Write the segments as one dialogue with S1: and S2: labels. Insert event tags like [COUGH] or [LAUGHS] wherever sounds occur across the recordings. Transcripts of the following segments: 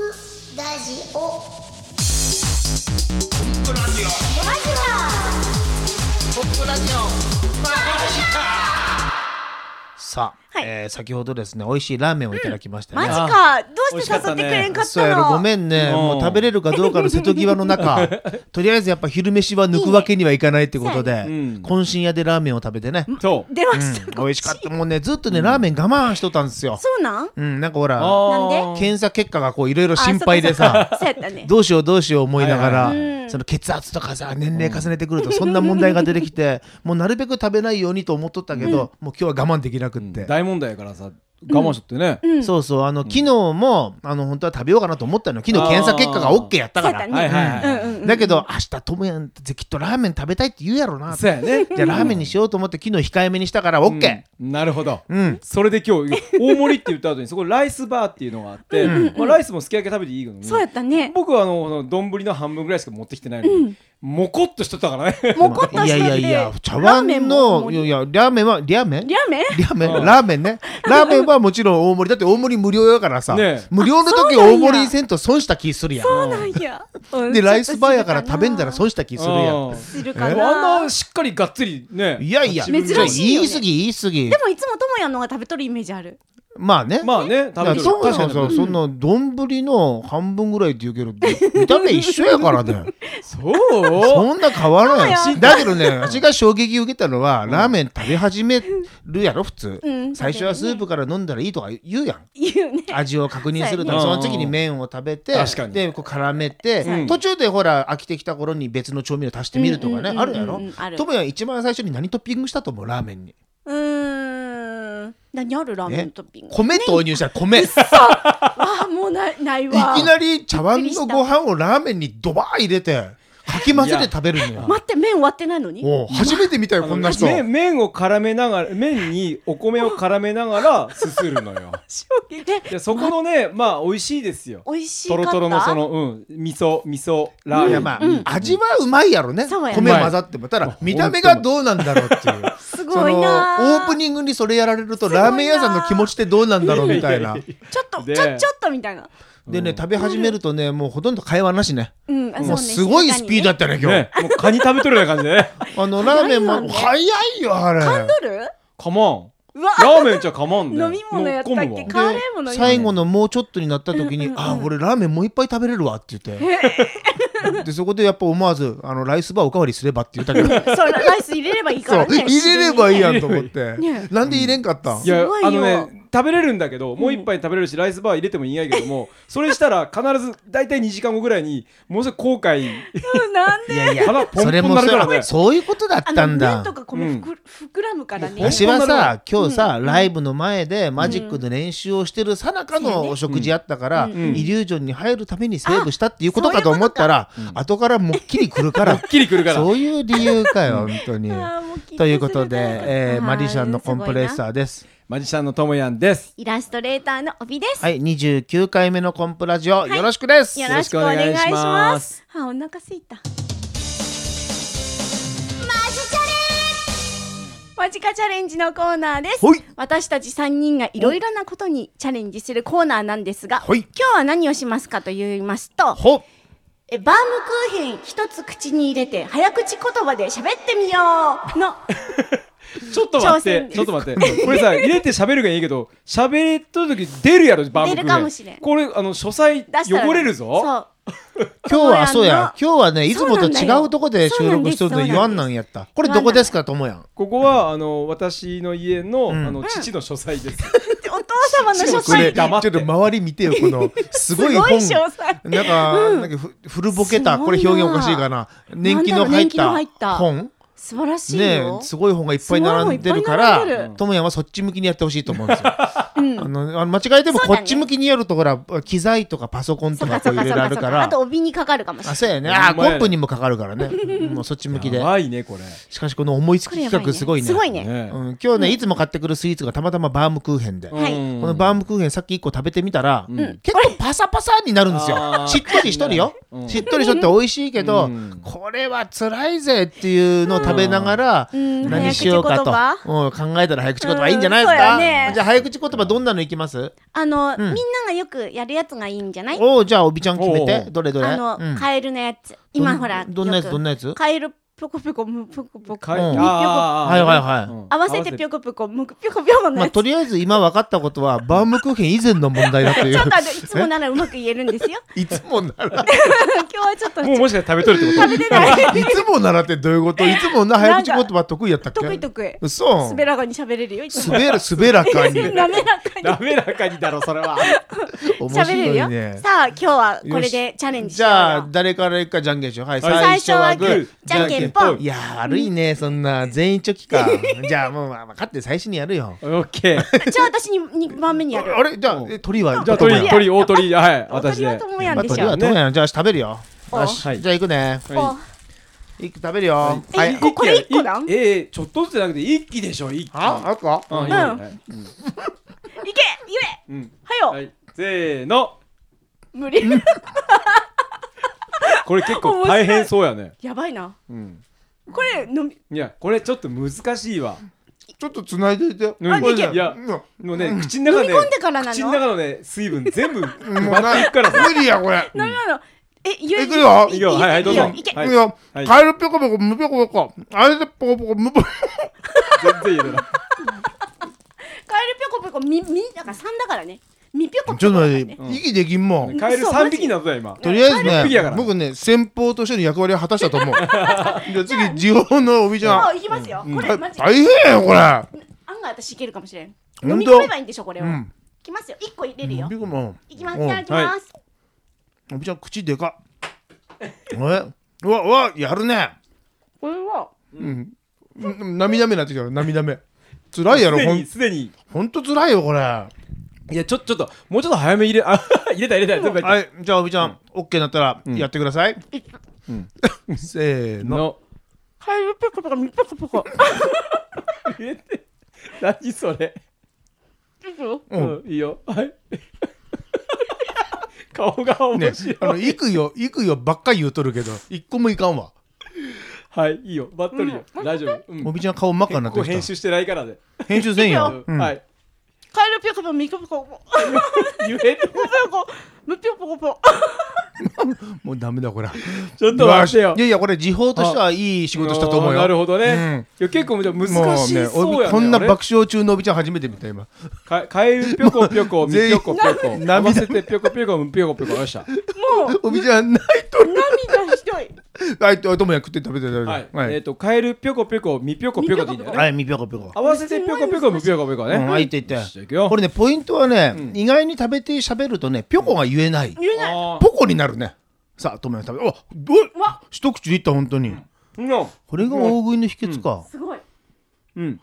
S1: ラジオ
S2: ポップラジオポップラジオさあ、
S3: はい
S2: えー先ほどですね美味しいラーメンをいただきました
S3: マジ
S2: ね、
S3: かどうして誘
S4: 美味しか
S3: っ
S4: ってた
S3: く
S4: ね
S3: れんかったの
S2: そうやろごめんね、
S4: うん
S2: もう食べれるかどうかの瀬戸際の
S3: [LAUGHS]
S2: 中とりあえずやっぱ昼飯は抜くわけにはいかないってことで
S4: うん
S2: 渾身屋でラーメンを食べてね、
S4: そう。
S3: 出ました、
S2: 美味しかったもうねずっとねラーメン我慢しとったんですよ、
S3: そうなん
S2: うん、なんかほら
S4: あ
S3: なん
S4: ー
S2: 検査結果がこういろいろ心配でさ
S3: あそっかそっかそうやったね
S2: どうしようどうしよう思いながら、
S3: はいはいうん
S2: その血圧とかさ年齢重ねてくるとそんな問題が出てきて、もうなるべく食べないようにと思っとったけど、もう今日は我慢できなくって、
S4: 大問題やからさ、我慢しとってね。
S2: そうそうあの昨日もあの本当は食べようかなと思ったの昨日検査結果が OK やった
S3: そう
S2: か
S3: やった
S2: ら。
S3: ね、
S4: はいはいはい
S3: うんうんうん
S2: だけど明日ともやんってきっとラーメン食べたいって言うやろな
S4: そうやね。
S2: じゃあラーメンにしようと思って昨日控えめにしたから OK
S4: なるほど。
S2: うん、うん、
S4: それで今日大盛りって言った後にそこライスバーっていうのがあって、まあ、ライスもすき焼き食べていいのに
S3: そうやったね
S4: 僕はあのこの丼の半分ぐらいしか持ってきてないのに、もこっとしとったからね
S3: もこっとして
S2: いやいやいや茶
S3: ラー
S2: 碗
S3: メンも
S2: の
S3: 大盛
S2: い
S3: り
S2: やいやラーメンはラーメン
S3: ラーメ
S2: ラーメ
S3: ン
S4: う
S2: ン
S4: ん
S2: ラーメンねラーメンはもちろん大盛りだって大盛り無料やからさ、
S4: ねえ
S2: 無料の時
S3: あそうなんや
S2: 大盛りにせんと損した気するや
S3: そうんなんや
S2: でライスバーやから食べんだら
S3: そう
S2: 損した気するやん
S4: うん
S3: する
S4: あ
S3: か
S4: ん
S3: な
S4: なしっかりがっつりね
S2: いやいや
S3: 珍しいよね
S2: じゃあ言い過ぎ言い過ぎ
S3: でもいつもともやんのが食べとるイメージある
S2: まあね
S4: まあね
S2: だから
S4: 食べてる
S2: そうそうそう、そんな丼の半分ぐらいって言うけど
S3: [LAUGHS]
S2: 見た目一緒やからね
S4: そう
S2: そんな変わら
S3: そう
S2: な
S3: や
S2: いだけどね私が衝撃受けたのは、ラーメン食べ始めるやろ普通、
S3: うん
S2: 最初はスープから飲んだらいいとか言うやん
S3: 言うね
S2: 味を確認すると
S4: そう
S2: そ
S4: や
S2: の
S4: ね
S2: 次に麺を食べて
S4: 確かに
S2: でこう絡めて、
S4: うん
S2: 途中でほら飽きてきた頃に別の調味料足してみるとかね、
S3: うんうんうんうん
S2: あるやろ、
S3: ある
S2: ともやん一番最初に何トッピングしたと思うラーメンに
S3: うーん何あるラーメントッピング
S2: 米投入したら
S3: [LAUGHS]
S2: 米、
S3: あもうないない
S2: い
S3: わ
S2: きなり茶碗のご飯をラーメンにドバー入れてかき混ぜて食べるのよ
S3: 待って麺割ってないのに
S2: おう初めて見たよこんな人
S4: 麺麺を絡めながら麺にお米を絡めながらすするのよ
S3: 衝撃で
S4: いやそこのねまあ美味しいですよ
S3: 美味しい
S4: と
S3: かっ
S4: ろ
S3: た
S4: とろのそのうん味噌味噌ラーメン、
S2: いやまあ、味はうまいやろね
S3: そうやね
S2: 米混ざってもただ見た目がどうなんだろうっていう
S3: [LAUGHS] す
S2: そ
S3: ごい
S2: のオ
S3: な
S2: ープニングにそれやられるとラーメン屋さんの気持ちってどうなんだろうみたいな
S3: ちょっと
S4: で
S3: ちょちょっとみたいな
S2: でね食べ始めるとねもうほとんど会話なしね
S3: うんあそうね
S2: もうすごいスピードだ
S3: っ
S2: ったね今日
S4: ね、もうカニ食べとるような感じでね
S2: あのラーメン
S3: 早い
S2: も
S3: わね
S2: 早いよあれ
S3: とる
S4: カモ
S3: うわ
S4: ンラーメンじゃカモンで
S3: 飲み物やったっけ
S4: 飲み込むわ
S3: カレーも飲み物
S2: 最後のもうちょっとになった時に「
S3: うんうんうん
S2: あ俺ラーメンもう一杯食べれるわ」って言
S3: [LAUGHS]
S2: ってでそこでやっぱ思わずあの「ライスバーおかわりすれば」って言ったけど
S3: そうライス入れればいいか
S2: そう
S3: らね
S2: 入れればいいやんと思って
S3: ね
S2: なんで入れんかったん
S4: いや
S3: すごいよ
S4: あのね食べれるんだけどもう一杯食べれるし、ライスバー入れてもいいんやけどもそれしたら必ず大体2時間後ぐらいにもうすぐ後悔
S3: うんなんで
S2: いやい
S4: 腹ポンポ
S2: そ
S4: ン
S2: れ
S4: に
S2: も
S4: なるから
S2: そう
S4: ね
S2: そういうことだっ
S3: あ
S2: た
S3: の
S2: ん
S3: 麺
S2: だ
S3: とか米ふく膨らむからね
S2: わしはさ今日さ、
S3: うん
S2: ライブの前でマジックの練習をしてるさなかのお食事やったから、
S3: うん
S4: うん
S2: イリュージョンに入るためにセーブしたっていうことかと思ったら後からもっきり来る
S3: [LAUGHS]
S2: から
S4: っきり来るから
S2: そういう理由かよ本当に。
S3: あーもきっ
S2: ということで、
S3: するだろな
S2: えーマディシャンの
S3: あす
S2: コ
S3: ごい
S2: ン
S3: な
S2: プレッサーです。
S4: マジシャンのともやんです
S3: イラストレーターの帯です
S2: はい、29回目のコンプラジオ、よろしくです。
S3: よろしくお願いし
S4: よろしくお願
S3: ま
S4: いしますす。
S3: あ、お腹すいた。マジチャレ。マジカチャレンジのコーナーです
S2: ほい。
S3: 私たち三人がいろいろなことにチャレンジするコーナーなんですが、
S2: ほ
S3: 今
S2: い
S3: 日は何をしますかと言いますと、
S2: ほ
S3: えバームクーヘン一つ口に入れて早口言葉で喋ってみよ
S2: [LAUGHS]
S3: うの
S4: ちょっと待っ
S3: 挑戦
S4: て
S3: です
S4: ちょっと待ってこれさ入れて喋るがいいけど喋っとる時出るやろバームクーヘン
S3: 出るかもしれん
S4: これあの書斎
S3: 出したら
S4: 汚れるぞ
S3: そう。
S2: 今日は、そ
S3: そううやん
S2: や
S3: な、
S2: 今日はね、いつも
S3: そ
S2: と
S3: うなんだ
S2: 違
S3: よ
S2: うとこで収録してる
S3: そう
S2: と
S3: なんです
S2: 言わんなんやった。これ
S3: そうな
S2: ど
S3: んです
S2: こですか、ともやん。
S4: ここはあの私の家の,、
S2: ん
S4: あの父の書斎です、
S3: お父様の書
S4: こ
S3: 斎
S4: れちょっと黙って
S2: ちょっと周り見てよ、こ
S3: [LAUGHS]
S2: の、すごい
S3: すごい
S2: 本。
S3: 詳細
S2: なんか、なんかふ古ぼけた、
S3: すごいな
S2: これ表現おかしいかな。年季の入っ
S3: なんだろう年季の入ったた
S2: 本
S3: 素晴らしい
S2: ね
S3: よ。
S2: すごい本がいっぱい並んでるから
S3: すごい本いっぱい並んでる
S2: ともやんはそっち向きにやってほしいと思うんですよ。
S3: うん
S2: あのあの間違えても
S3: そう
S2: こ
S3: だね
S2: っち向きにやるとほら機材とかパソコンと
S3: そう
S2: か
S3: か
S2: こ
S3: そうう
S2: いろ
S3: か
S2: い
S3: そう
S2: ろあるか
S3: かそうからあと帯にかかるかもしれ
S2: あ
S3: ない。
S2: そうやね
S4: ほんまや
S2: あーコップにもかかる
S3: [LAUGHS]
S2: からねもうそっち向きで
S4: やばいねこれ
S2: しかしこの思いつ
S3: こ
S2: き
S3: れや
S2: 企
S3: ばい
S2: 画すごいね
S3: すごいね。
S4: ね
S2: うん、今日ねいつも買ってくるスイーツがたまたまバームクーヘンで、
S3: はい
S2: このバームクーヘンさっき1個食べてみたら、結構パサパサになるんです
S4: あ
S2: よ
S4: ー
S2: しっとりしとるよ、
S4: うん
S2: しっとりしとって美味しいけど、
S4: うん
S2: これは辛いぜっていうのを食べながら、
S3: うん
S2: 何しようかと、
S3: 早口
S2: うん考えたら早口言葉いいんじゃないです
S3: うん
S2: か、
S3: そうやね
S2: じゃあ早口言葉どんなのいきます
S3: あの、
S2: ん
S3: みんながよくやるやつがいいんじゃない
S2: おおじゃあおびちゃん決め
S4: お
S2: て
S4: う
S2: どれどれ
S3: あの、
S2: うん
S3: カエルのやつ今
S2: どん
S3: ほら
S2: どんなやつ
S3: よく
S2: どんなやつ
S3: カエルぴょこぴょこむぷこぷこ
S4: かい
S2: うん
S4: あー
S2: はいはいはい
S4: うん
S3: 合わせてぴょこぴょこむくぴょこぴょこの
S2: まあ、
S3: やつ、
S2: とりあえず今分かったことはバームクーヘン以前の問題だとい
S3: ち [LAUGHS]
S2: う
S3: ょっとあのいつもならうまく言えるんで
S2: [LAUGHS]
S3: すよ
S2: いつもなら
S3: 今日はちょっと
S4: もうもしかして食べとる
S2: [LAUGHS]
S4: ってこと
S3: 食べれない
S2: いつもならってどういうこといつもな早口言葉得意やったっけ
S3: 得意得意
S2: 嘘
S3: 滑らかに喋れるよいつも
S2: 滑ら滑らかに
S3: [LAUGHS] 滑らかに
S4: 滑らかにだろそれは
S2: 面
S3: 喋れ
S2: 白
S3: る
S2: い
S3: よ、
S2: ね
S3: さあ今日はこれでチャレンジし
S2: じ
S3: よう
S2: ゃあ
S3: よ
S2: 誰からいくかじゃんけんしようはい
S4: はい
S2: 最初はグー
S3: じゃんけんぽん
S2: いやー悪いねそんな全員チョキかじゃあもうまあまあ勝って最初にやるよ
S4: オッケー
S3: じゃあ私に2番目にやる
S2: あれじゃあえ鳥は
S4: じゃあ
S2: どう
S4: 鳥
S2: や
S4: 鳥大鳥はい
S3: おと
S4: 私
S3: りは
S4: で
S3: ともや
S2: まあ
S3: んでし
S2: 鳥
S3: ょ、
S2: はどうやんじゃあ食べるよ
S3: お
S2: よしじゃあ
S4: はい
S2: 行くね
S4: は
S3: お
S2: いく食べるよ
S4: い
S2: はい
S3: えここれ一個なん
S4: ええちょっとずつじゃなくて一気でしょ一気
S2: ああるか
S4: うんいい
S3: う
S4: ね
S3: ん
S4: はい
S3: いけ言え
S4: うん
S3: はよ、
S4: はいせーの
S3: 無理 [LAUGHS]
S4: これ結構大変そうやね
S3: やばいな
S4: うん
S3: これ飲み
S4: いやこれちょっと難しいわ
S2: ちょっとつないでいて
S4: うん
S3: あできる
S4: いや
S2: うん
S4: もうね口の中
S3: 飲
S4: で
S3: み込んでからなの
S4: 口の中のね水分全
S2: [LAUGHS]
S4: 部
S2: もう
S4: 奪ってい
S2: な
S4: くからさ
S2: 無理やこれ
S3: 飲み物え言え
S2: いくよ
S4: いくよ
S3: い
S4: はいはいどうぞ
S3: いけ
S4: はい
S2: いくよ
S4: はい
S2: カエルぴょこぴょこむぴょこぴょこあれでぽこぽこむぽこ
S4: 全然言え
S3: カエルぴ
S4: ない
S3: ょこぴょこみみだから三だからねみぴょこ
S2: ち
S3: ぴ
S2: ょ
S3: ょ
S2: っ
S3: ことだから
S2: 待って
S3: ね
S4: ん
S2: 息できんもん
S4: カエル
S3: 嘘
S4: 3匹なったよ今
S2: とりあえず
S4: 一匹やか
S2: ね
S4: ら
S2: 僕ね先方としての役割を果たしたと思うじゃあ
S4: [LAUGHS]
S2: 次地方のおびち
S3: も
S2: ゃ
S3: ういきますよ、
S2: ん
S3: これマジ
S2: 大変やよこれ
S3: 案外私いけるかもしれん
S2: ほんと
S3: 飲み込めばいいんでしょこれを、
S2: うん
S3: いきますよ一個入れるよ、
S2: びっくりも
S3: いきます
S2: うん
S3: いただきます、
S2: おびちゃん口でかっえうわうわやるね
S3: これは
S2: うんうん涙目になってきたよ涙目辛いやろ
S4: すで
S2: ほ
S4: に
S2: ん
S4: すでに
S2: ほんと辛いよこれはい
S4: やちょちょっともうちょっと早めに入れあ [LAUGHS] 入れた入れた全部入っ
S2: じゃあおびちゃんオッケーになったらやってください
S3: い
S2: [LAUGHS] せー
S4: た
S2: の
S4: の
S3: カエルぴょこぴょこみぴょこぴょこ
S4: 入れて何それ
S3: いくよ
S2: うん
S4: うんいいよはい [LAUGHS] 顔が面
S2: ねあ
S4: 白
S2: の
S4: い
S2: 行くよ行くよばっかり言うとるけど一個もいかんわ
S4: はいいいよバットリよ大丈夫うん
S2: おびちゃん顔真っ赤にな
S4: 結
S2: っ
S4: 構
S2: て
S4: 編
S2: きた
S4: 集してないからで
S2: 編集せん
S3: う
S2: ようん
S4: はい
S3: カエルぴょこぴょこみぴょこぴょこ
S4: 言える
S3: ぴょこむぴょこぴょこ
S2: もうダメだこれ
S4: ちょっと待ってよ
S2: いやいやこれ時報としてはいい仕事したと思うよ
S4: あーなるほど
S2: うん
S4: ねいや結構じゃあ難しそうやね
S2: もうねおびこんな爆笑中のおびちゃん初めて見た
S4: [LAUGHS]
S2: 今
S4: かカエルぴょこぴょこみ
S2: 全
S4: ぴ
S2: 員
S4: ょこぴょこ
S2: 涙
S4: 合わせてぴょこぴょこみぴょこぴょこよっしゃ
S3: もう
S2: おびちゃんないと
S3: 涙ひどい
S2: はいともや食って食べて食
S4: は
S2: べ
S4: い
S2: て
S4: えっとカエルぴょこぴょこみぴょこぴょこでいいんだよね
S2: はいみぴょこぴょこ
S4: 合わせてぴょこぴょこむぴょこぴょこね。
S2: うんはいって言
S4: よ
S2: っ
S4: しじゃ
S2: て
S4: あいくよ。
S2: これねポイントはね意外に食べて喋るとねぴょこが言えない
S3: 言えない
S4: あ
S2: ポコになるねさあともや食べおどう
S3: うわ
S2: 一口でいった本当に
S4: ーうん。
S2: これが大食いの秘訣か
S3: すごい
S4: うん。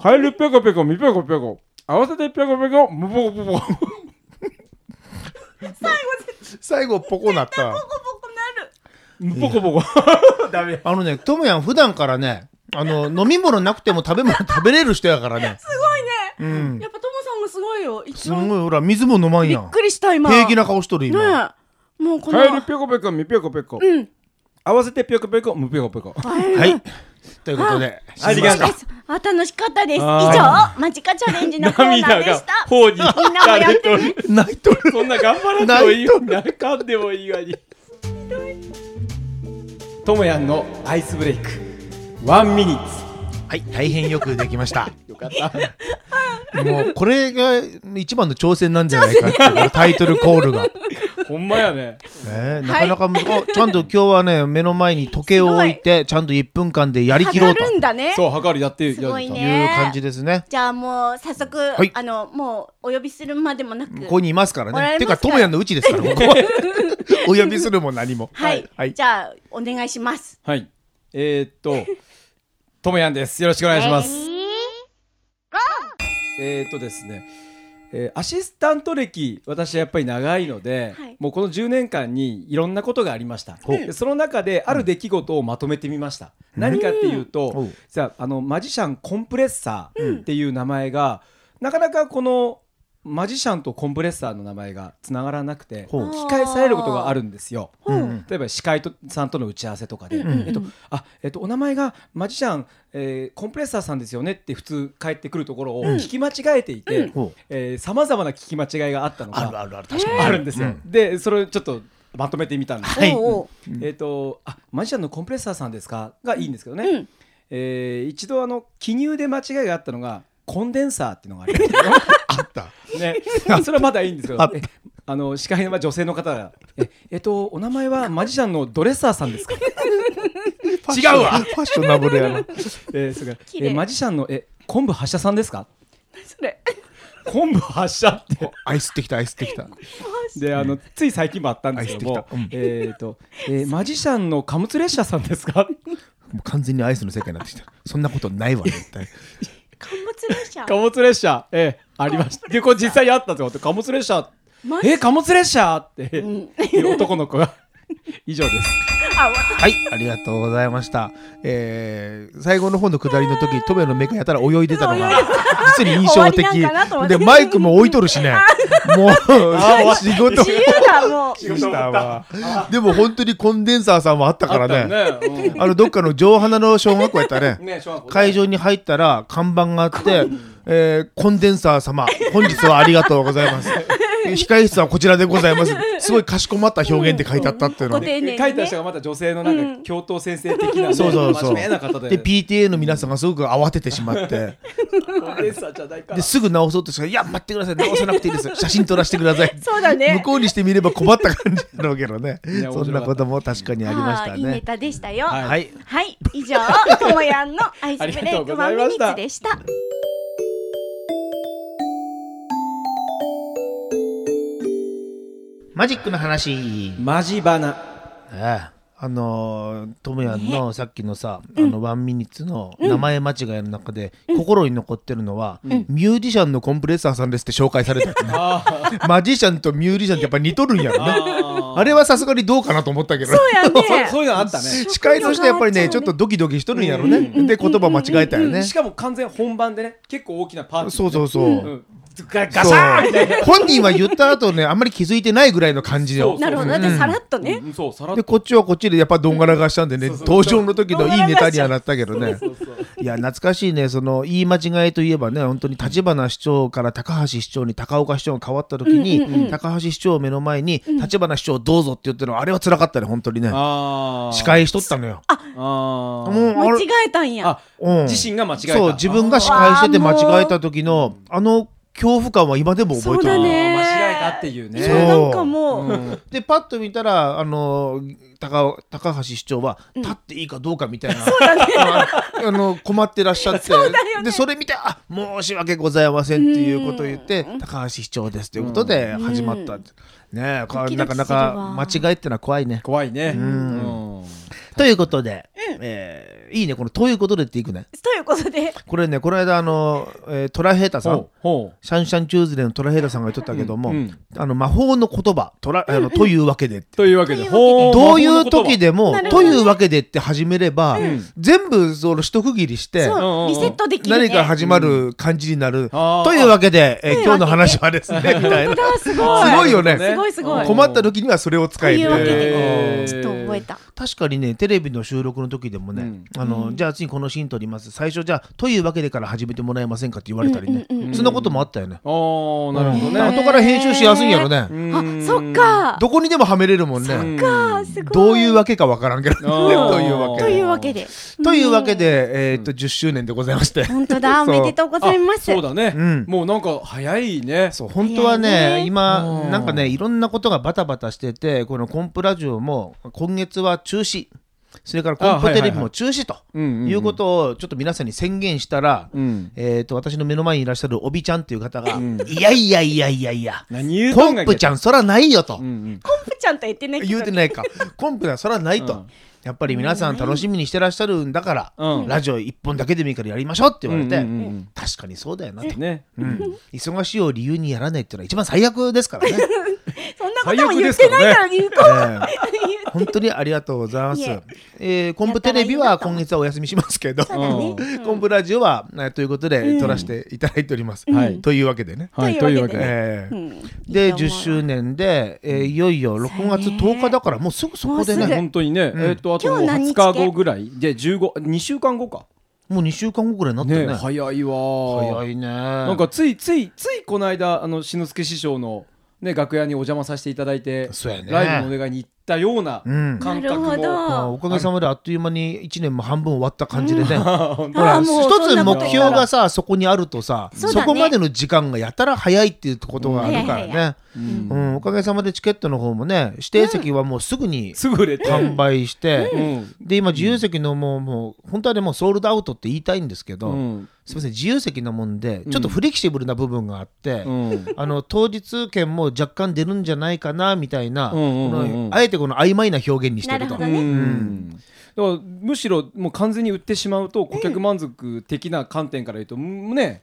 S4: カエルぴょこぴょこみぴょこぴょこ。合わせてぴょこぴょこむぽこぽこ。
S2: 最後ポコなった
S3: ボコボコなる
S4: むぽこぽこ。ダメ。
S2: あのね、トムヤン普段からね、あの飲み物なくても食べ物食べれる人やからね。
S3: すごいね、
S2: うん。
S3: やっぱトモさんもすごいよ一
S2: すご
S3: 番
S2: いほら水も飲まん
S3: び
S2: や
S3: っ
S2: ん。
S3: くりした今
S2: 平気な顔しとる今。
S3: ねえもうこの
S4: [LAUGHS] カエルぴょこぴょこみぴょこぴょこ。
S3: うん
S4: 合わせてぴょこぴょこむぴょこぴょこ。
S2: はい。ということで、
S4: あり
S2: すいま
S4: が
S2: せん
S4: とう。
S3: あ楽しかったです以
S4: あ
S3: 上マジカチャレンジのコーナー
S4: 涙
S3: で
S4: が
S3: した
S4: 頬に
S3: みんなもやって
S4: 垂れとる。
S2: 泣いとる。
S4: そんな頑張らんでもいいよ。
S2: 泣
S4: 泣かんでもいいわに。ともやんのアイスブレイク。ワンミニッツ。
S2: はい、大変よくできました。
S4: よかった。
S2: もうこれが一番の挑戦なんじゃないかっていうタイトルコールが。
S4: ほんまや
S2: ね
S4: ね。
S2: えなかなかむず、おちゃんと今日はね、目の前に時計を置いて、ちゃんと1分間でやりきろ
S3: 測
S2: うと
S3: る
S2: い
S3: んだね
S4: そう、はかりやって
S3: すごいね
S4: やって
S2: う感じですね。
S3: じゃあもう早速、
S2: い
S3: あのもうお呼びするまでもなく
S2: ここにいますから
S3: おら
S2: ね。
S3: れ
S2: て
S3: ま
S2: か、
S3: すか
S2: と
S3: ら
S2: もやんのうちですから、ここはお呼びするも何も。
S3: はい、
S2: はい
S3: じゃあお願いします
S4: はい。えー、っと、 [LAUGHS] ともやんです。よろしくお願いします。えー、っとですね、えーアシスタント歴、私はやっぱり長いので、
S3: はい
S4: もうこの10年間にいろんなことがありました。
S2: ほう
S4: でその中で、ある出来事をまとめてみました。何かっていうと、
S2: うん
S4: じゃああのマジシャンコンプレッサーっていう名前が、なかなかこのマジシャンとコンプレッサーの名前がつながらなくて
S2: ほう
S4: 引き返されることがあるんですよ。
S2: うんう
S3: うん
S4: 例えば司会とさんとの打ち合わせとかで、
S3: うんうんうん
S4: えっとあえっとお名前がマジシャン、えーコンプレッサーさんですよねって普通返ってくるところを聞き間違えていて
S2: ほう
S4: さまざまな聞き間違いがあったの
S2: ある
S4: が
S2: あるある確かに
S4: あるんですよ。でそれをちょっとまとめてみたんです。
S2: はい
S3: おう
S4: えっとあマジシャンのコンプレッサーさんですかがいいんですけど
S3: おう
S4: ね、
S3: うん
S4: えー一度あの記入で間違いがあったのがコンデンサーっていうのがありました
S2: あった
S4: ね、それはまだいいんですけ
S2: あ
S4: ど、えあの司会は女性の方が、え、 [LAUGHS] えっと、お名前はマジシャンのドレッサーさんですか。 [LAUGHS]
S2: 違うわファッショナブルやな
S4: えー、それから
S3: 綺麗
S4: えマジシャンの、え、昆布発射さんですか。
S2: [LAUGHS]
S3: それ
S4: 昆布発射って、
S2: アイスってきたアイスってきた
S4: で、あの、つい最近もあったんですけど
S2: 愛して
S4: も
S2: きたうん、
S4: えっと、 [LAUGHS] えマジシャンの貨物列車さんですか。
S2: もう完全にアイスの世界になってきた。そんなことないわ、絶対。
S3: 陥没列車
S4: 貨物列車、えーありました。で、これ実際にあったってこと、貨物列車、
S3: マジ
S4: えー、貨物列車って、
S3: ん
S4: [LAUGHS] いう男の子が。以上です。
S3: あ私
S2: はい、ありがとうございました。えー最後の方の下りの時、トメの目がやたら泳いでたのが
S3: 泳いで、
S2: 実に印象
S3: 終
S2: 的
S3: わりなんかなと思っ。て
S2: で、マイクも置いとるしね。もう、仕事
S3: 自由だもう
S2: [LAUGHS] したわ。でも本当にコンデンサーさんもあったからね。
S4: あったね。
S2: あの、どっかの上花の小学校やったね
S4: う。んね、小学校ね
S2: 会場に入ったら看板があって、えーコンデンサー様本日はありがとうございます
S4: [LAUGHS]
S2: 控え室はこちらでございますすごいかしこまった表現で書いてあったっていうの
S3: ご丁寧にね
S4: 書いた人がまた女性のなんか教頭先生的なね
S2: [LAUGHS] そうそうそう
S4: 真面目な方で
S2: で PTA の皆さんがすごく慌ててしまって
S4: コンデンサーじゃないから
S2: ですぐ直そうとしたら「いや待ってください直さなくていいです
S4: [LAUGHS]
S2: 写真撮らせてください」
S3: そうだね
S2: 向こうにしてみれば困った感じだろうけどね
S4: いや
S2: そ
S4: 面白かった
S2: んなことも確かにありました
S3: あーいいネ
S2: ね
S3: タでしたよ
S4: は
S2: はい、
S3: はい、以上、ともやんのアイスブレイクワンミニッツでした。
S2: マジックの話
S4: マジバナ
S2: ええあのートムヤンのさっきのさ、あのワンミニッツの名前間違いの中で、心に残ってるのは、ミュージシャンのコンプレッサーさんですって紹介されたやつねマジシャンとミュージシャンってやっぱ似とるんやろねあれはさすがにどうかなと思ったけど
S3: そうやね。
S4: [LAUGHS] そういうのあったね
S2: 司会としてやっぱりねちょっとドキドキしとるんやろね、で言葉間違えたよね、
S4: しかも完全本番でね結構大きなパーティー
S2: そうそうそう、
S4: うんガガ
S2: そう
S4: シャーンみたいな
S2: 本人は言った後ねあんまり気づいてないぐらいの感じよ
S4: そう
S3: なるほど、だってさらっとね。
S4: うんそうさらっ
S2: で
S4: と
S2: こっちはこっちでやっぱどんがらがしたんでね
S4: そうそう
S2: 登場の時のいいネタにはなったけどね
S4: そうそう
S2: いや懐かしいねその言い間違いといえばね本当に立花市長から高橋市長に高岡市長が変わった時に、高橋市長を目の前に立花市長どうぞって言ってるのあれは辛かったね本当にね
S4: あー
S2: 司会しとったのよ
S4: あー
S2: もう
S3: 間
S2: あれ
S3: 違えたんや。
S4: あ
S2: うん
S4: 自身が間違えた
S2: そう自分が司会してて間違えた時のあの恐怖感は今でも覚えて
S3: そうだ
S2: る、
S4: あ
S3: ね
S4: ー間違えたっていう
S3: い
S4: ね
S2: そ
S3: や、
S2: う
S3: なんかもう、
S4: ん
S2: でパッと見たらあの高尾高橋市長は立っていいかどうかみたいな、あのあ [LAUGHS] の困ってらっしゃってでそれ見て「あ申し訳ございません」っていうことを言って「高橋市長です」ということで始まった、ねえこ
S3: ド
S2: れ
S3: キ
S2: なか
S3: ドキ
S2: なか間違いってのは怖いね。
S4: 怖いねうん
S2: ということで、えーいいねこの「ということで」っていくね
S3: ということで、
S2: これねこの間あの、えートラヘータさん
S4: ほうほう
S2: シャンシャンチューズデーのトラヘータさんが言っとったけども、
S4: うんうん
S2: あの魔法の言葉トラあのというわけでって
S4: というわけで
S3: と
S4: ほ
S2: どういう時でも
S3: なる、ほ
S2: と
S3: ど
S2: いうわけでって始めれば、全部その一区切りして、
S3: そう、リセットできるね。
S2: 何か始まる感じになる。
S4: あー
S2: というわけで、えー
S3: という
S2: 今
S3: わけで
S2: 日の話はですね、みたいな。
S3: あすごい。
S2: すごいよね
S3: すごいすごい
S2: 困った時にはそれを使え
S3: というわけ
S2: る
S4: へ
S3: で
S4: ー、
S3: ちょっと覚えた。
S2: 確かにねテレビの収録の時でもね、
S4: うん
S2: あのじゃあ次このシーン撮ります最初じゃあ「というわけで」から始めてもらえませんかって言われたりね、
S3: うんうん
S4: うん
S2: そんなこともあったよね、
S4: あーなるほどね
S2: うん後から編集しやすいんやろね、
S3: あ
S4: う、ん
S3: そっか。
S2: どこにでもはめれるもんね、
S4: うん
S3: か、すごい。
S2: どういうわけかわからん [LAUGHS] けどね
S4: あー
S2: というわけ
S3: というわけで。
S2: というわけで、えーっと10周年でございまして
S3: 本当だ、
S2: [LAUGHS]
S3: お
S2: そう
S3: めでとうございます。
S4: そうだね、
S2: うん
S4: もうなんか早いね
S2: そう本当は
S3: 早
S2: ね
S3: いね
S2: 今
S4: うん
S2: なんかねいろんなことがバタバタしててこのコンプラジオも今月は中止それからコンプテレビも中止と
S4: いはいはいうんうんうん
S2: いうことをちょっと皆さんに宣言したら、
S4: うん
S2: えー、と私の目の前にいらっしゃるおびちゃんっていう方が「いやいやいやいやいや
S4: 何言う
S2: コ
S4: とん
S2: ン
S4: が
S2: プちゃんそらないよ」と
S4: う。んうん
S3: コンプちゃんとは言ってないけ
S2: 言
S3: ど
S2: うて。ないかコンプはそらないと、
S4: うん
S2: やっぱり皆さん楽しみにしてらっしゃるんだから、
S4: うん
S2: ラジオ一本だけでもいいからやりましょうって言われて、
S4: うんうんうんうん
S2: 確かにそうだよなと、
S4: ね
S2: うん忙しいを理由にやらないっていうのは一番最悪ですからね
S3: そんななことは言ってないから言うこ
S2: え
S3: う、
S2: ー [LAUGHS] 本当にありがとうございます
S3: いえ。
S2: えー、昆布テレビは今月はお休みしますけど、
S3: そうだね、うん
S2: 昆布ラジオは、えーということで撮らせていただいております。
S4: はい
S2: というわけでね。
S4: はい、
S3: と
S4: と
S3: い
S4: いう
S3: わ
S4: うわ
S3: け
S4: け
S3: で
S4: で。
S2: えー
S3: うん
S2: で10周年で、えーいよいよ6月10日だからもうすぐそこで
S3: もうすぐ
S2: ね
S4: 本当にね、えっと、あともう
S3: 今日何日
S4: 20
S3: 系
S4: 日後ぐらい、で、15、2週間後か。
S2: もう2週間後ぐらいになった
S4: ね、
S2: よね
S4: 早いわー。
S2: 早いね
S4: なんかついついついこの間あの志の輔師匠の、ね、楽屋にお邪魔させていただいて、
S2: そうやね
S4: ライブのお願いに行ったような
S2: うん
S4: 感
S3: なる
S4: 覚
S3: ほど
S4: も、
S2: まあおかげさまであっという間に1年も半分終わった感じでね、
S4: [LAUGHS] 本
S3: あーもう
S2: 一
S3: そ
S2: つ
S3: んな
S2: 目
S3: こと
S2: 標がさそこにあるとさそ,、
S3: そうだね
S2: こまでの時間がやたら早いっていうことがあるから
S3: うん
S2: ね、
S3: 早
S2: うんおかげさまでチケットの方もね指定席はもうすぐに
S4: すぐ売れて、
S2: 完売して、
S4: うん
S2: で今自由席のもうもう本当はねもうソールドアウトって言いたいんですけど、
S4: うん
S2: すみません自由席なもんでちょっとフレキシブルな部分があって、
S4: うん
S2: あの当日券も若干出るんじゃないかなみたいな、
S4: うんうんうんう
S2: この
S4: ん
S2: あえてこの曖昧な表現にしてると
S3: なるほど
S4: う
S3: ね
S4: んだからむしろもう完全に売ってしまうと顧客満足的な観点から言うと、うんね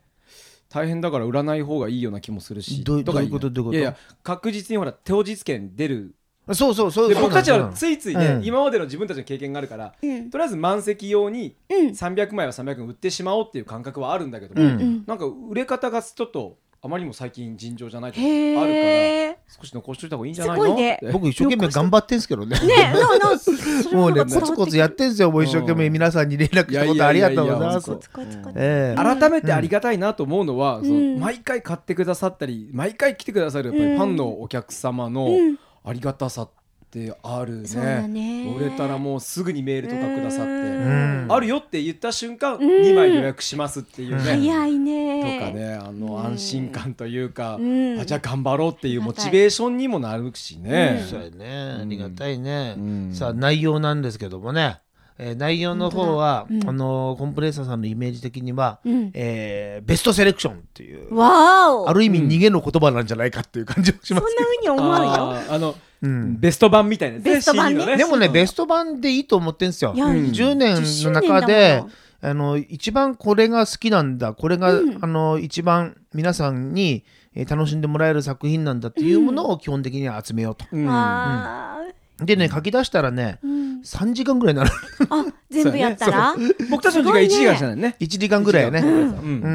S4: 大変だから売らない方がいいような気もするし
S2: どう
S4: か
S2: どういうことどういうこと
S4: やや確実にほら当日券出る
S2: そうそうそう
S4: で
S2: そう
S4: 僕たち
S2: な
S4: は
S2: んですよ
S4: ついついね、
S2: うん
S4: 今までの自分たちの経験があるから、
S3: うん
S4: とりあえず満席用に
S3: うん
S4: 300枚は300円売ってしまおうっていう感覚はあるんだけども、
S2: うん
S3: うん
S4: なんか売れ方がちょっとあまりにも最近尋常じゃないとかあるから
S3: へえ
S4: 少し残しといた方がいいんじゃない
S3: す
S4: の
S3: ごいね
S4: って
S2: 僕一生懸命頑張ってんすけどね
S3: ねえななそれ
S2: も
S3: の
S2: うねコ
S3: 方が伝わ
S2: ツ
S3: って
S2: コツやってんすよもう一生懸命皆さんに連絡したことありがとうございます
S4: いやいやいやいやコ
S3: コツコツコツ
S2: ええ
S4: 改めてありがたいなと思うのは、
S3: ん
S4: その
S3: うん
S4: 毎回買ってくださったり毎回来てくださるやっぱりファンのお客様の
S3: うん
S4: ありがたさってあるね,、
S3: そうだね
S4: 売れたらもうすぐにメールとかくださって、
S3: うん
S4: あるよって言った瞬間2枚予約しますっていうね、
S3: 早い
S4: と
S3: ね
S4: かねあ
S3: う
S4: の
S3: ん
S4: 安心感というか、
S3: うん
S4: あじゃあ頑張ろうっていうモチベーションにもなるしね。
S2: そうやねありがたいね、
S4: うん
S2: さあ内容なんですけどもね、えー内容の方は、
S3: 本当だうん
S2: あのーコンプレッサーさんのイメージ的には、
S3: うん
S2: えーベストセレクションっていう
S3: わーお
S2: ある意味
S4: うん
S2: 逃げの言葉なんじゃないかっていう感じもし
S3: そん
S2: ま
S3: な
S2: すけど、
S3: 風に思うよ
S4: あーあの、
S2: うん
S4: ベスト版みたいなやつね
S3: ベスト版ね
S4: CD の
S2: でもねベ
S4: ス
S2: スト版でいいと思ってんすよ
S3: いやうん
S2: 10年の中
S3: 10周年だ
S2: で
S3: もん
S2: あの一番これが好きなんだこれが、
S3: うん
S2: あの一番皆さんにえー楽しんでもらえる作品なんだっていうものを基本的には集めようと、
S4: うん
S3: あー
S2: でね書き出したらね
S3: うん
S2: 3時間ぐらいになる
S3: あ全部やったら
S4: 僕たちの時間1時間しかないね。
S2: 1時間ぐらいね
S4: う
S2: うんん、
S4: う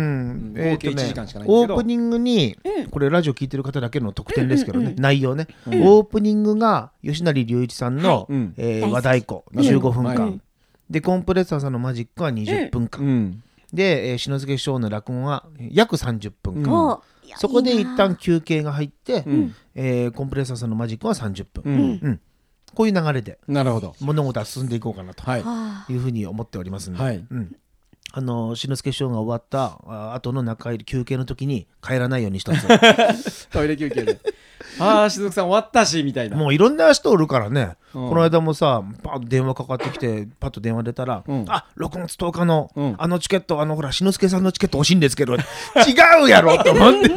S4: ん
S2: えーと
S4: 合計1時間しかないん
S2: オ
S4: だけど
S2: ープニングに、これラジオ聞いてる方だけの特典ですけどね、
S3: うんうんう
S2: 内容ね、オープニングが吉成隆一さんの、
S4: いうん
S2: えー
S3: 大好き
S2: 和太鼓15分間、
S4: うん
S2: でコンプレッサーさんのマジックは20分間、
S4: うん
S2: で、えー、篠介師匠の落語は約30分間、
S3: おいや
S2: そこで
S3: いい
S2: 一
S3: な
S2: 旦休憩が入って、
S4: ん
S2: えーコンプレッサーさんのマジックは30分、
S4: うん
S2: うんこういう流れで
S4: なるほど。
S2: 物事は進んでいこうかなと
S4: はい。
S3: あ
S2: いうふうに思っておりますんで、
S4: はい
S2: うん、あの志の輔師匠が終わったあ後の中入り休憩の時に帰らないよう
S4: [LAUGHS]
S2: にしたんですよ
S4: トイレ休憩で。 [LAUGHS] ああ、しずくさん終わったし、みたいな。
S2: もういろんな人おるからね、
S4: うん
S2: この間もさパッと電話かかってきてパッと電話出たら「
S4: うん
S2: あ6月10日の、
S4: うん
S2: あのチケットあのほら志の輔さんのチケット欲しいんですけど違うやろ!」と思って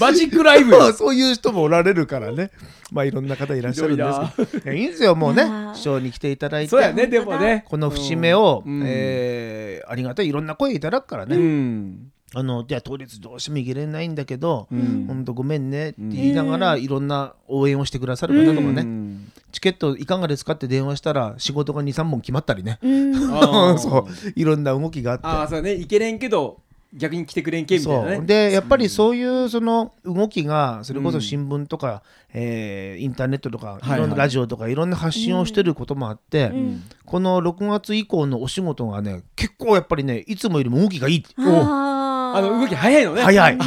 S4: マジックライブ
S2: まあ [LAUGHS] そういう人もおられるからねまあいろんな方いらっしゃるんですけどいやいいんですよもう
S3: い
S2: ね
S3: やー
S2: 師匠に来ていただいて
S4: そうやね、でもね。
S2: この節目を、
S4: うん
S2: えーありがたいいろんな声いただくからね、
S4: うん。
S2: あのでは当日どうしても行けれないんだけど、
S4: う
S2: ほ
S4: ん
S2: ん、本当ごめんねって言いながら、いろんな応援をしてくださる
S4: う
S2: 方
S4: ん
S2: とかね、チケットいかがですかって電話したら仕事が23本決まったりね、
S3: ーうん
S4: あ
S2: [LAUGHS]
S4: ー
S2: そういろんな動きが
S4: あ
S2: あ
S4: あ、
S2: っ
S4: そうね。いけれんけど、逆に来てくれんけ、
S2: て
S4: みたい
S2: そ
S4: な
S2: う
S4: ね。
S2: でやっぱりそういうその動きがそれこそ新聞とか、えーインターネットとか
S4: いはい
S2: いろんなラジオとかいろんな発信をしてることもあって、
S3: ん
S2: この6月以降のお仕事がね結構やっぱりねいつもよりも動きがいい。
S3: あー
S4: あの、動き早いのね。
S2: 早い
S3: う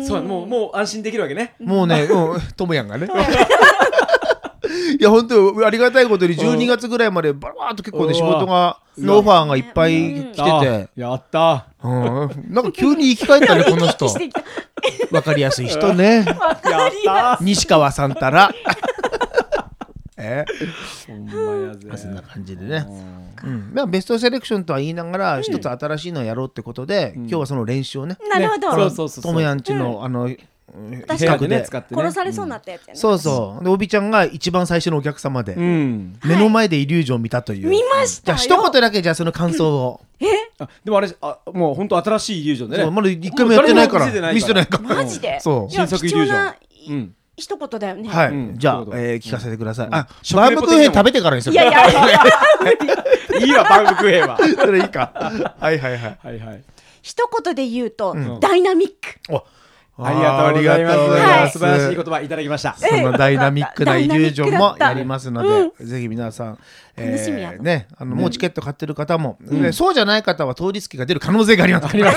S3: ん
S4: そう、もう、もう安心できるわけね。
S2: もうね、うん、トムヤンがね。 [LAUGHS] いや本当ありがたいことに12月ぐらいまでバラーっと結構ね仕事がのオファーがいっぱい来てて、
S4: あやった。
S2: うん、なんか急に生き返ったねこの
S3: [LAUGHS]
S2: 人
S3: してきた
S2: わかりやすい人ね
S4: やった。
S2: 西川さんた [LAUGHS] らえ
S4: ほんまやぜ。
S2: そんな感じでね、うんまあ、ベストセレクションとは言いながら一つ新しいのをやろうってことで、今日はその練習をね
S3: なるほど、
S4: ねそうそうそうそう。
S2: トムヤンちの、あの
S3: 確
S4: 部
S3: か
S4: 屋
S3: に
S4: で
S2: ね
S4: ね、使ってね。
S3: 殺されそうになったやつやね、
S2: そうそうでおびちゃんが一番最初のお客様で、
S4: うん。
S2: 目の前でイリュージョンを見たという、
S3: 見まし
S2: じ
S3: た
S2: ゃあ
S3: よ
S2: 一言だけじゃあその感想を、
S4: あでもあれあもう本当新しいイリュージョンで
S2: そう
S4: ね
S2: まだ一回もやってないから
S4: もう誰も見せてないから
S2: 見せてないから
S3: マジで
S2: そう
S3: いや
S4: 新作
S3: 貴
S4: イリュ
S3: 重
S4: ージョン
S3: な
S4: うん
S3: イ一言だよね。
S2: はい、
S4: うん
S2: じゃあ
S4: そう、だ
S2: えー聞かせてください、
S4: うん
S2: あ
S4: 食
S2: バ
S4: レ
S2: ーム
S4: ポ
S2: ク
S4: 的なもん
S2: ーヘン食べてからにする
S3: いやいやいや、
S4: [LAUGHS] いいわバウムクーヘン
S2: [LAUGHS]
S4: は
S2: それいいかはいはいはい
S4: はいはい
S3: 一言で言うと、
S4: ん
S3: ダイナミック。
S2: お
S4: ありがとうござ
S2: あ
S4: います
S2: りがとうご
S4: 素
S2: ざ
S4: 晴
S2: ま
S4: ら
S2: す
S4: しい言葉いただきました
S2: そのダイナミックなイリュージョンもやりますので、
S3: ダイナミッ
S2: ぜひ皆さん、
S3: 楽しみやな
S2: ね、あの、もうチケット買ってる方も、ねそうじゃない方は通り付きが出る可能性がありますから、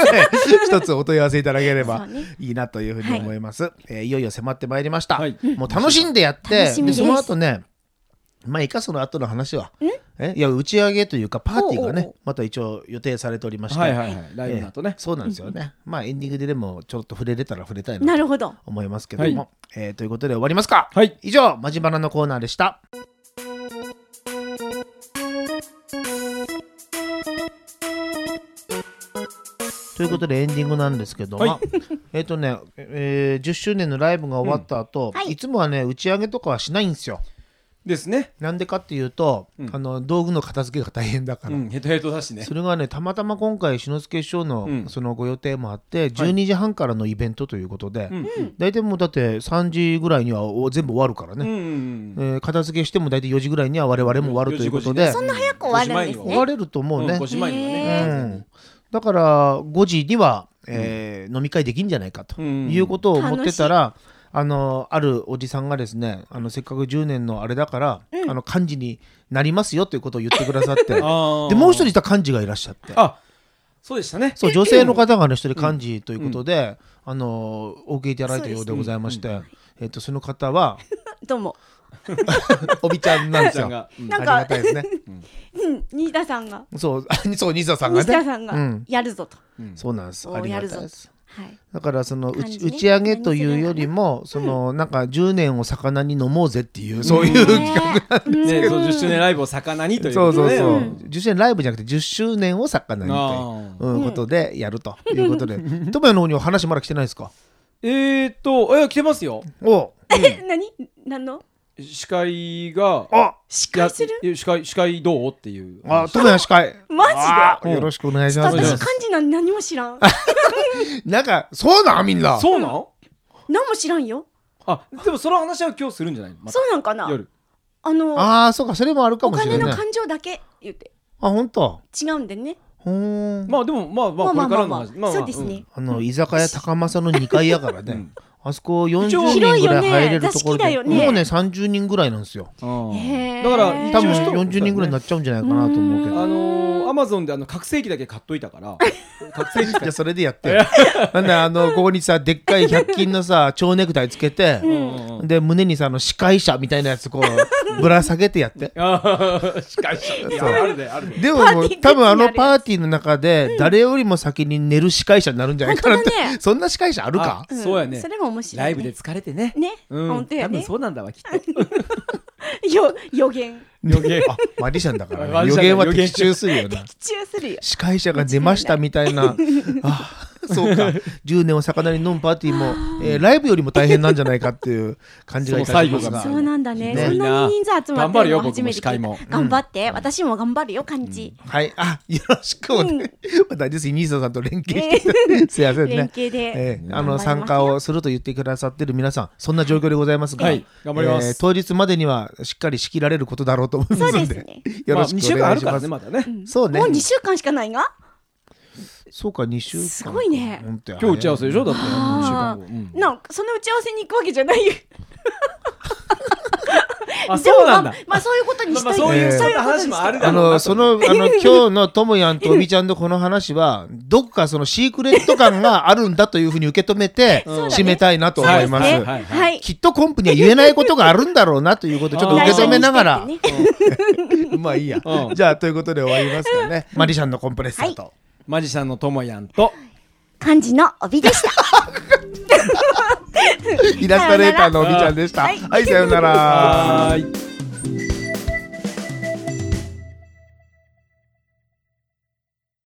S2: 一つお問い合わせいただければ
S3: そうね
S2: いいなというふうに思います。いえーいよいよ迫ってまいりました。
S4: はい
S2: もう楽しんでやって、
S3: 楽しみです
S2: その後ね、まあ、いいかその後の話は、えいや、打ち上げというか、パーティーが
S3: おうおうお
S2: ね、また一応予定されておりまして、
S4: はいはいはいライブの後
S2: え
S4: ね
S2: ーそうなんですよね。まあ、エンディングででも、ちょっと触れれたら触れたいな
S3: なるほど。
S2: 思いますけども、えーということで終わりますか
S4: はい
S2: 以上マジバナのコーナーでしたということでエンディングなんですけども、
S4: はい
S2: [LAUGHS] えっ、とね、えー10周年のライブが終わった後、、
S3: うんはいい
S2: つもはね打ち上げとかはしないんですよ
S4: ですね
S2: なんでかっていうと、
S4: うん
S2: あの道具の片付けが大変だか
S4: う
S2: ら、
S4: んヘトヘトだしね
S2: [LAUGHS] それがねたまたま今回篠介師匠
S4: う
S2: の
S4: ん
S2: そのご予定もあって、12時半からのイベントということで、
S4: うん
S2: 大体もうだって3時ぐらいにはお全部終わるから
S4: うんう
S2: ね、
S4: ん
S2: えー片付けしても大体4時ぐらいには我々も終わるということで、
S4: 4時5時ね
S3: そんな早く終わるんです
S4: ね
S2: 終われると思うね、
S4: 5時前には
S2: う
S4: ね
S2: ん、だから5時には、えー飲み会できんじゃないかと
S4: うん
S2: いうことを思ってたら、あのあるおじさんがですねあのせっかく10年のあれだから、あの幹事になりますよということを言ってくださってで
S4: [LAUGHS] あー
S2: もう一人いた幹事がいらっしゃって
S4: あそうでしたね
S2: そう女性の方がね一人幹事ということで、あのお受けいただいたようでございまして、えっとその方は [LAUGHS]
S3: どうも。
S2: おびちゃんなんです
S4: ちゃ
S2: よ。
S4: ん
S2: あ
S4: がうん
S2: り
S3: なんか
S2: がたいですね。
S3: [LAUGHS] うん、新田さんが、
S2: そう、 [LAUGHS] そう西田さんが
S3: 西
S2: ね。
S3: 田さん
S2: う
S3: が
S2: ん、
S3: やるぞと。
S2: そうなんです。
S3: おー
S2: ありがたい
S3: や
S2: で
S3: る
S2: す。
S3: はい。
S2: だからその打ち
S3: 感じね
S2: 打ち上げというよりもそのなんか10年を魚に飲もうぜっていうそういう企画
S4: ねそう10周年ライブを魚にという
S2: そ
S4: こ
S2: う
S4: と
S2: そう
S4: で
S2: そう
S4: ね
S2: 10周年ライブじゃなくて10周年を魚に
S4: あ
S2: といううんことでやるということ
S3: [LAUGHS]
S2: でトムヤの方には話まだ来てないですか
S4: えーっとえ来てますよ
S2: おう
S3: え、何何の
S4: 司会が
S2: あ
S3: 司
S4: や
S3: 会する
S4: え司会司会どうっていう
S2: あトムヤ司会
S3: マジで
S2: あよろしくお願いしま
S3: 私
S4: お願いし
S2: す
S4: ま
S3: 漢
S4: す
S3: 字なんて何も知らん
S2: なんかそうなんみんな
S4: そうなん
S3: 何も知らんよ
S4: あでもその話は今日するんじゃないまた
S3: そうなんかな
S4: 夜
S3: あの
S2: ああそうかそれもあるか
S3: お
S2: もし
S3: 金
S2: れ
S3: の
S2: ない
S3: 感情だけ言って
S2: あ本当
S3: 違うんでね
S2: ほーん
S4: まあでもまあま
S3: ま
S4: あ
S3: あ
S4: こ
S3: ま
S4: れ
S3: あ
S4: か
S3: ま
S4: ら
S3: あ
S4: の
S3: ま
S4: 話
S3: あそうです
S4: うん
S3: ね
S2: あの居酒屋高政の2階やからね、
S4: うん
S2: あそこ40人
S3: 広い
S2: ぐ
S3: よね
S2: らい入れるところ
S3: 座敷だ
S2: で、
S3: よね
S2: もうね30人ぐらいなんですよ
S3: へー
S4: だから
S2: 多
S4: 一
S2: 分
S4: 応しとく
S2: 40人ぐらいになっちゃうんじゃないかなと思うけど
S4: あのー、アマゾンであの覚醒器だけ買っといた
S3: [LAUGHS]
S4: から覚醒器
S2: じゃあそれでやってよなんだあのここにさでっかい100均のさ蝶ネクタイつけて、で胸にさあの司会者みたいなやつこうぶら下げてやって
S4: ああ司会者いやあるであるで
S2: でもも
S3: パー
S2: う
S3: ティーグッズ
S2: 多分あのパーティーの中で誰よりも先に寝る司会者になるんじゃないかなって、
S3: 本当だね
S2: [LAUGHS] そんな司会者あるか
S4: あそうやね
S3: それも面白い
S4: ライブで疲れてね
S3: ね
S4: うん
S3: 本当やね
S4: うなんだわきっと
S3: よ予言
S4: 余計
S2: あ [LAUGHS] マジシャンだから、ね、
S4: マジ
S2: 予
S4: シャンだ
S2: 言は
S4: 予言
S2: 的中するよな
S3: [LAUGHS] 的中するよ
S2: 司会者が出ましたみたいなあそうか10年を魚に飲むパーティーも、
S3: [LAUGHS]
S2: えーライブよりも大変なんじゃないかっていう感じがいたします
S4: その
S2: が
S4: 最
S3: そうなんだね
S2: ね
S3: そんなに人数集ま
S4: 頑
S3: ってる
S4: 張る
S3: の
S4: よ
S3: 初
S4: 僕
S3: め
S4: も
S3: て
S4: 司
S3: 聞
S4: 会
S3: い
S4: も
S3: た頑張って私も頑張るよ漢字
S2: はいあよろしくお願い、 [LAUGHS] またです兄さんと連携して、 [LAUGHS] すいませんね
S3: 連携で
S2: えーあ
S3: 頑張りま
S2: の
S3: すよ
S2: 参加をすると言ってくださってる皆さんそんな状況でございますが、
S4: はい頑張ります
S2: えー当日までにはしっかり仕切られることだろうと思いますので
S3: そうですね
S2: [LAUGHS] よろしくお願いします、
S4: まあ、2週間あるからねまだね
S2: そうね
S3: もう2週間しかないが
S2: そうか2週間
S3: すごいね
S2: 本当や
S4: 今日打ち合わせでしょだって2週間
S3: あ
S4: 後、う
S3: ー
S4: ん
S3: なんかその打ち合わせに行くわけじゃないよ
S4: あそうなん
S3: で
S4: だ
S3: もまあまあそういうことにしといて
S4: まあそう
S2: いう
S3: そ
S2: そうう
S3: いこ
S4: いうう
S3: とに
S4: 話
S3: し
S4: も
S3: と
S4: あ
S3: い
S4: る
S3: て
S4: だ
S2: あのそのあの今日のともやんとおびちゃんとこの話はどこかそのシークレット感があるんだというふうに受け止め
S3: [LAUGHS]
S2: て
S3: うだね
S2: 締めたいなと思います。
S4: そうですね
S3: は
S4: はいい
S3: はい
S2: きっとコンプには言えないことがあるんだろうなということをちょっと受け止めながら
S3: 内緒にし、
S2: [LAUGHS] まあいいや
S4: う。ん
S2: じゃあということで終わりますよね。マリシャンのコンプレッサーと。
S4: マジシャンのともやんと
S3: 漢字の帯でした
S2: イラストレーターのおびちゃんでした。
S3: はい
S2: はい、さようなら。
S4: はーい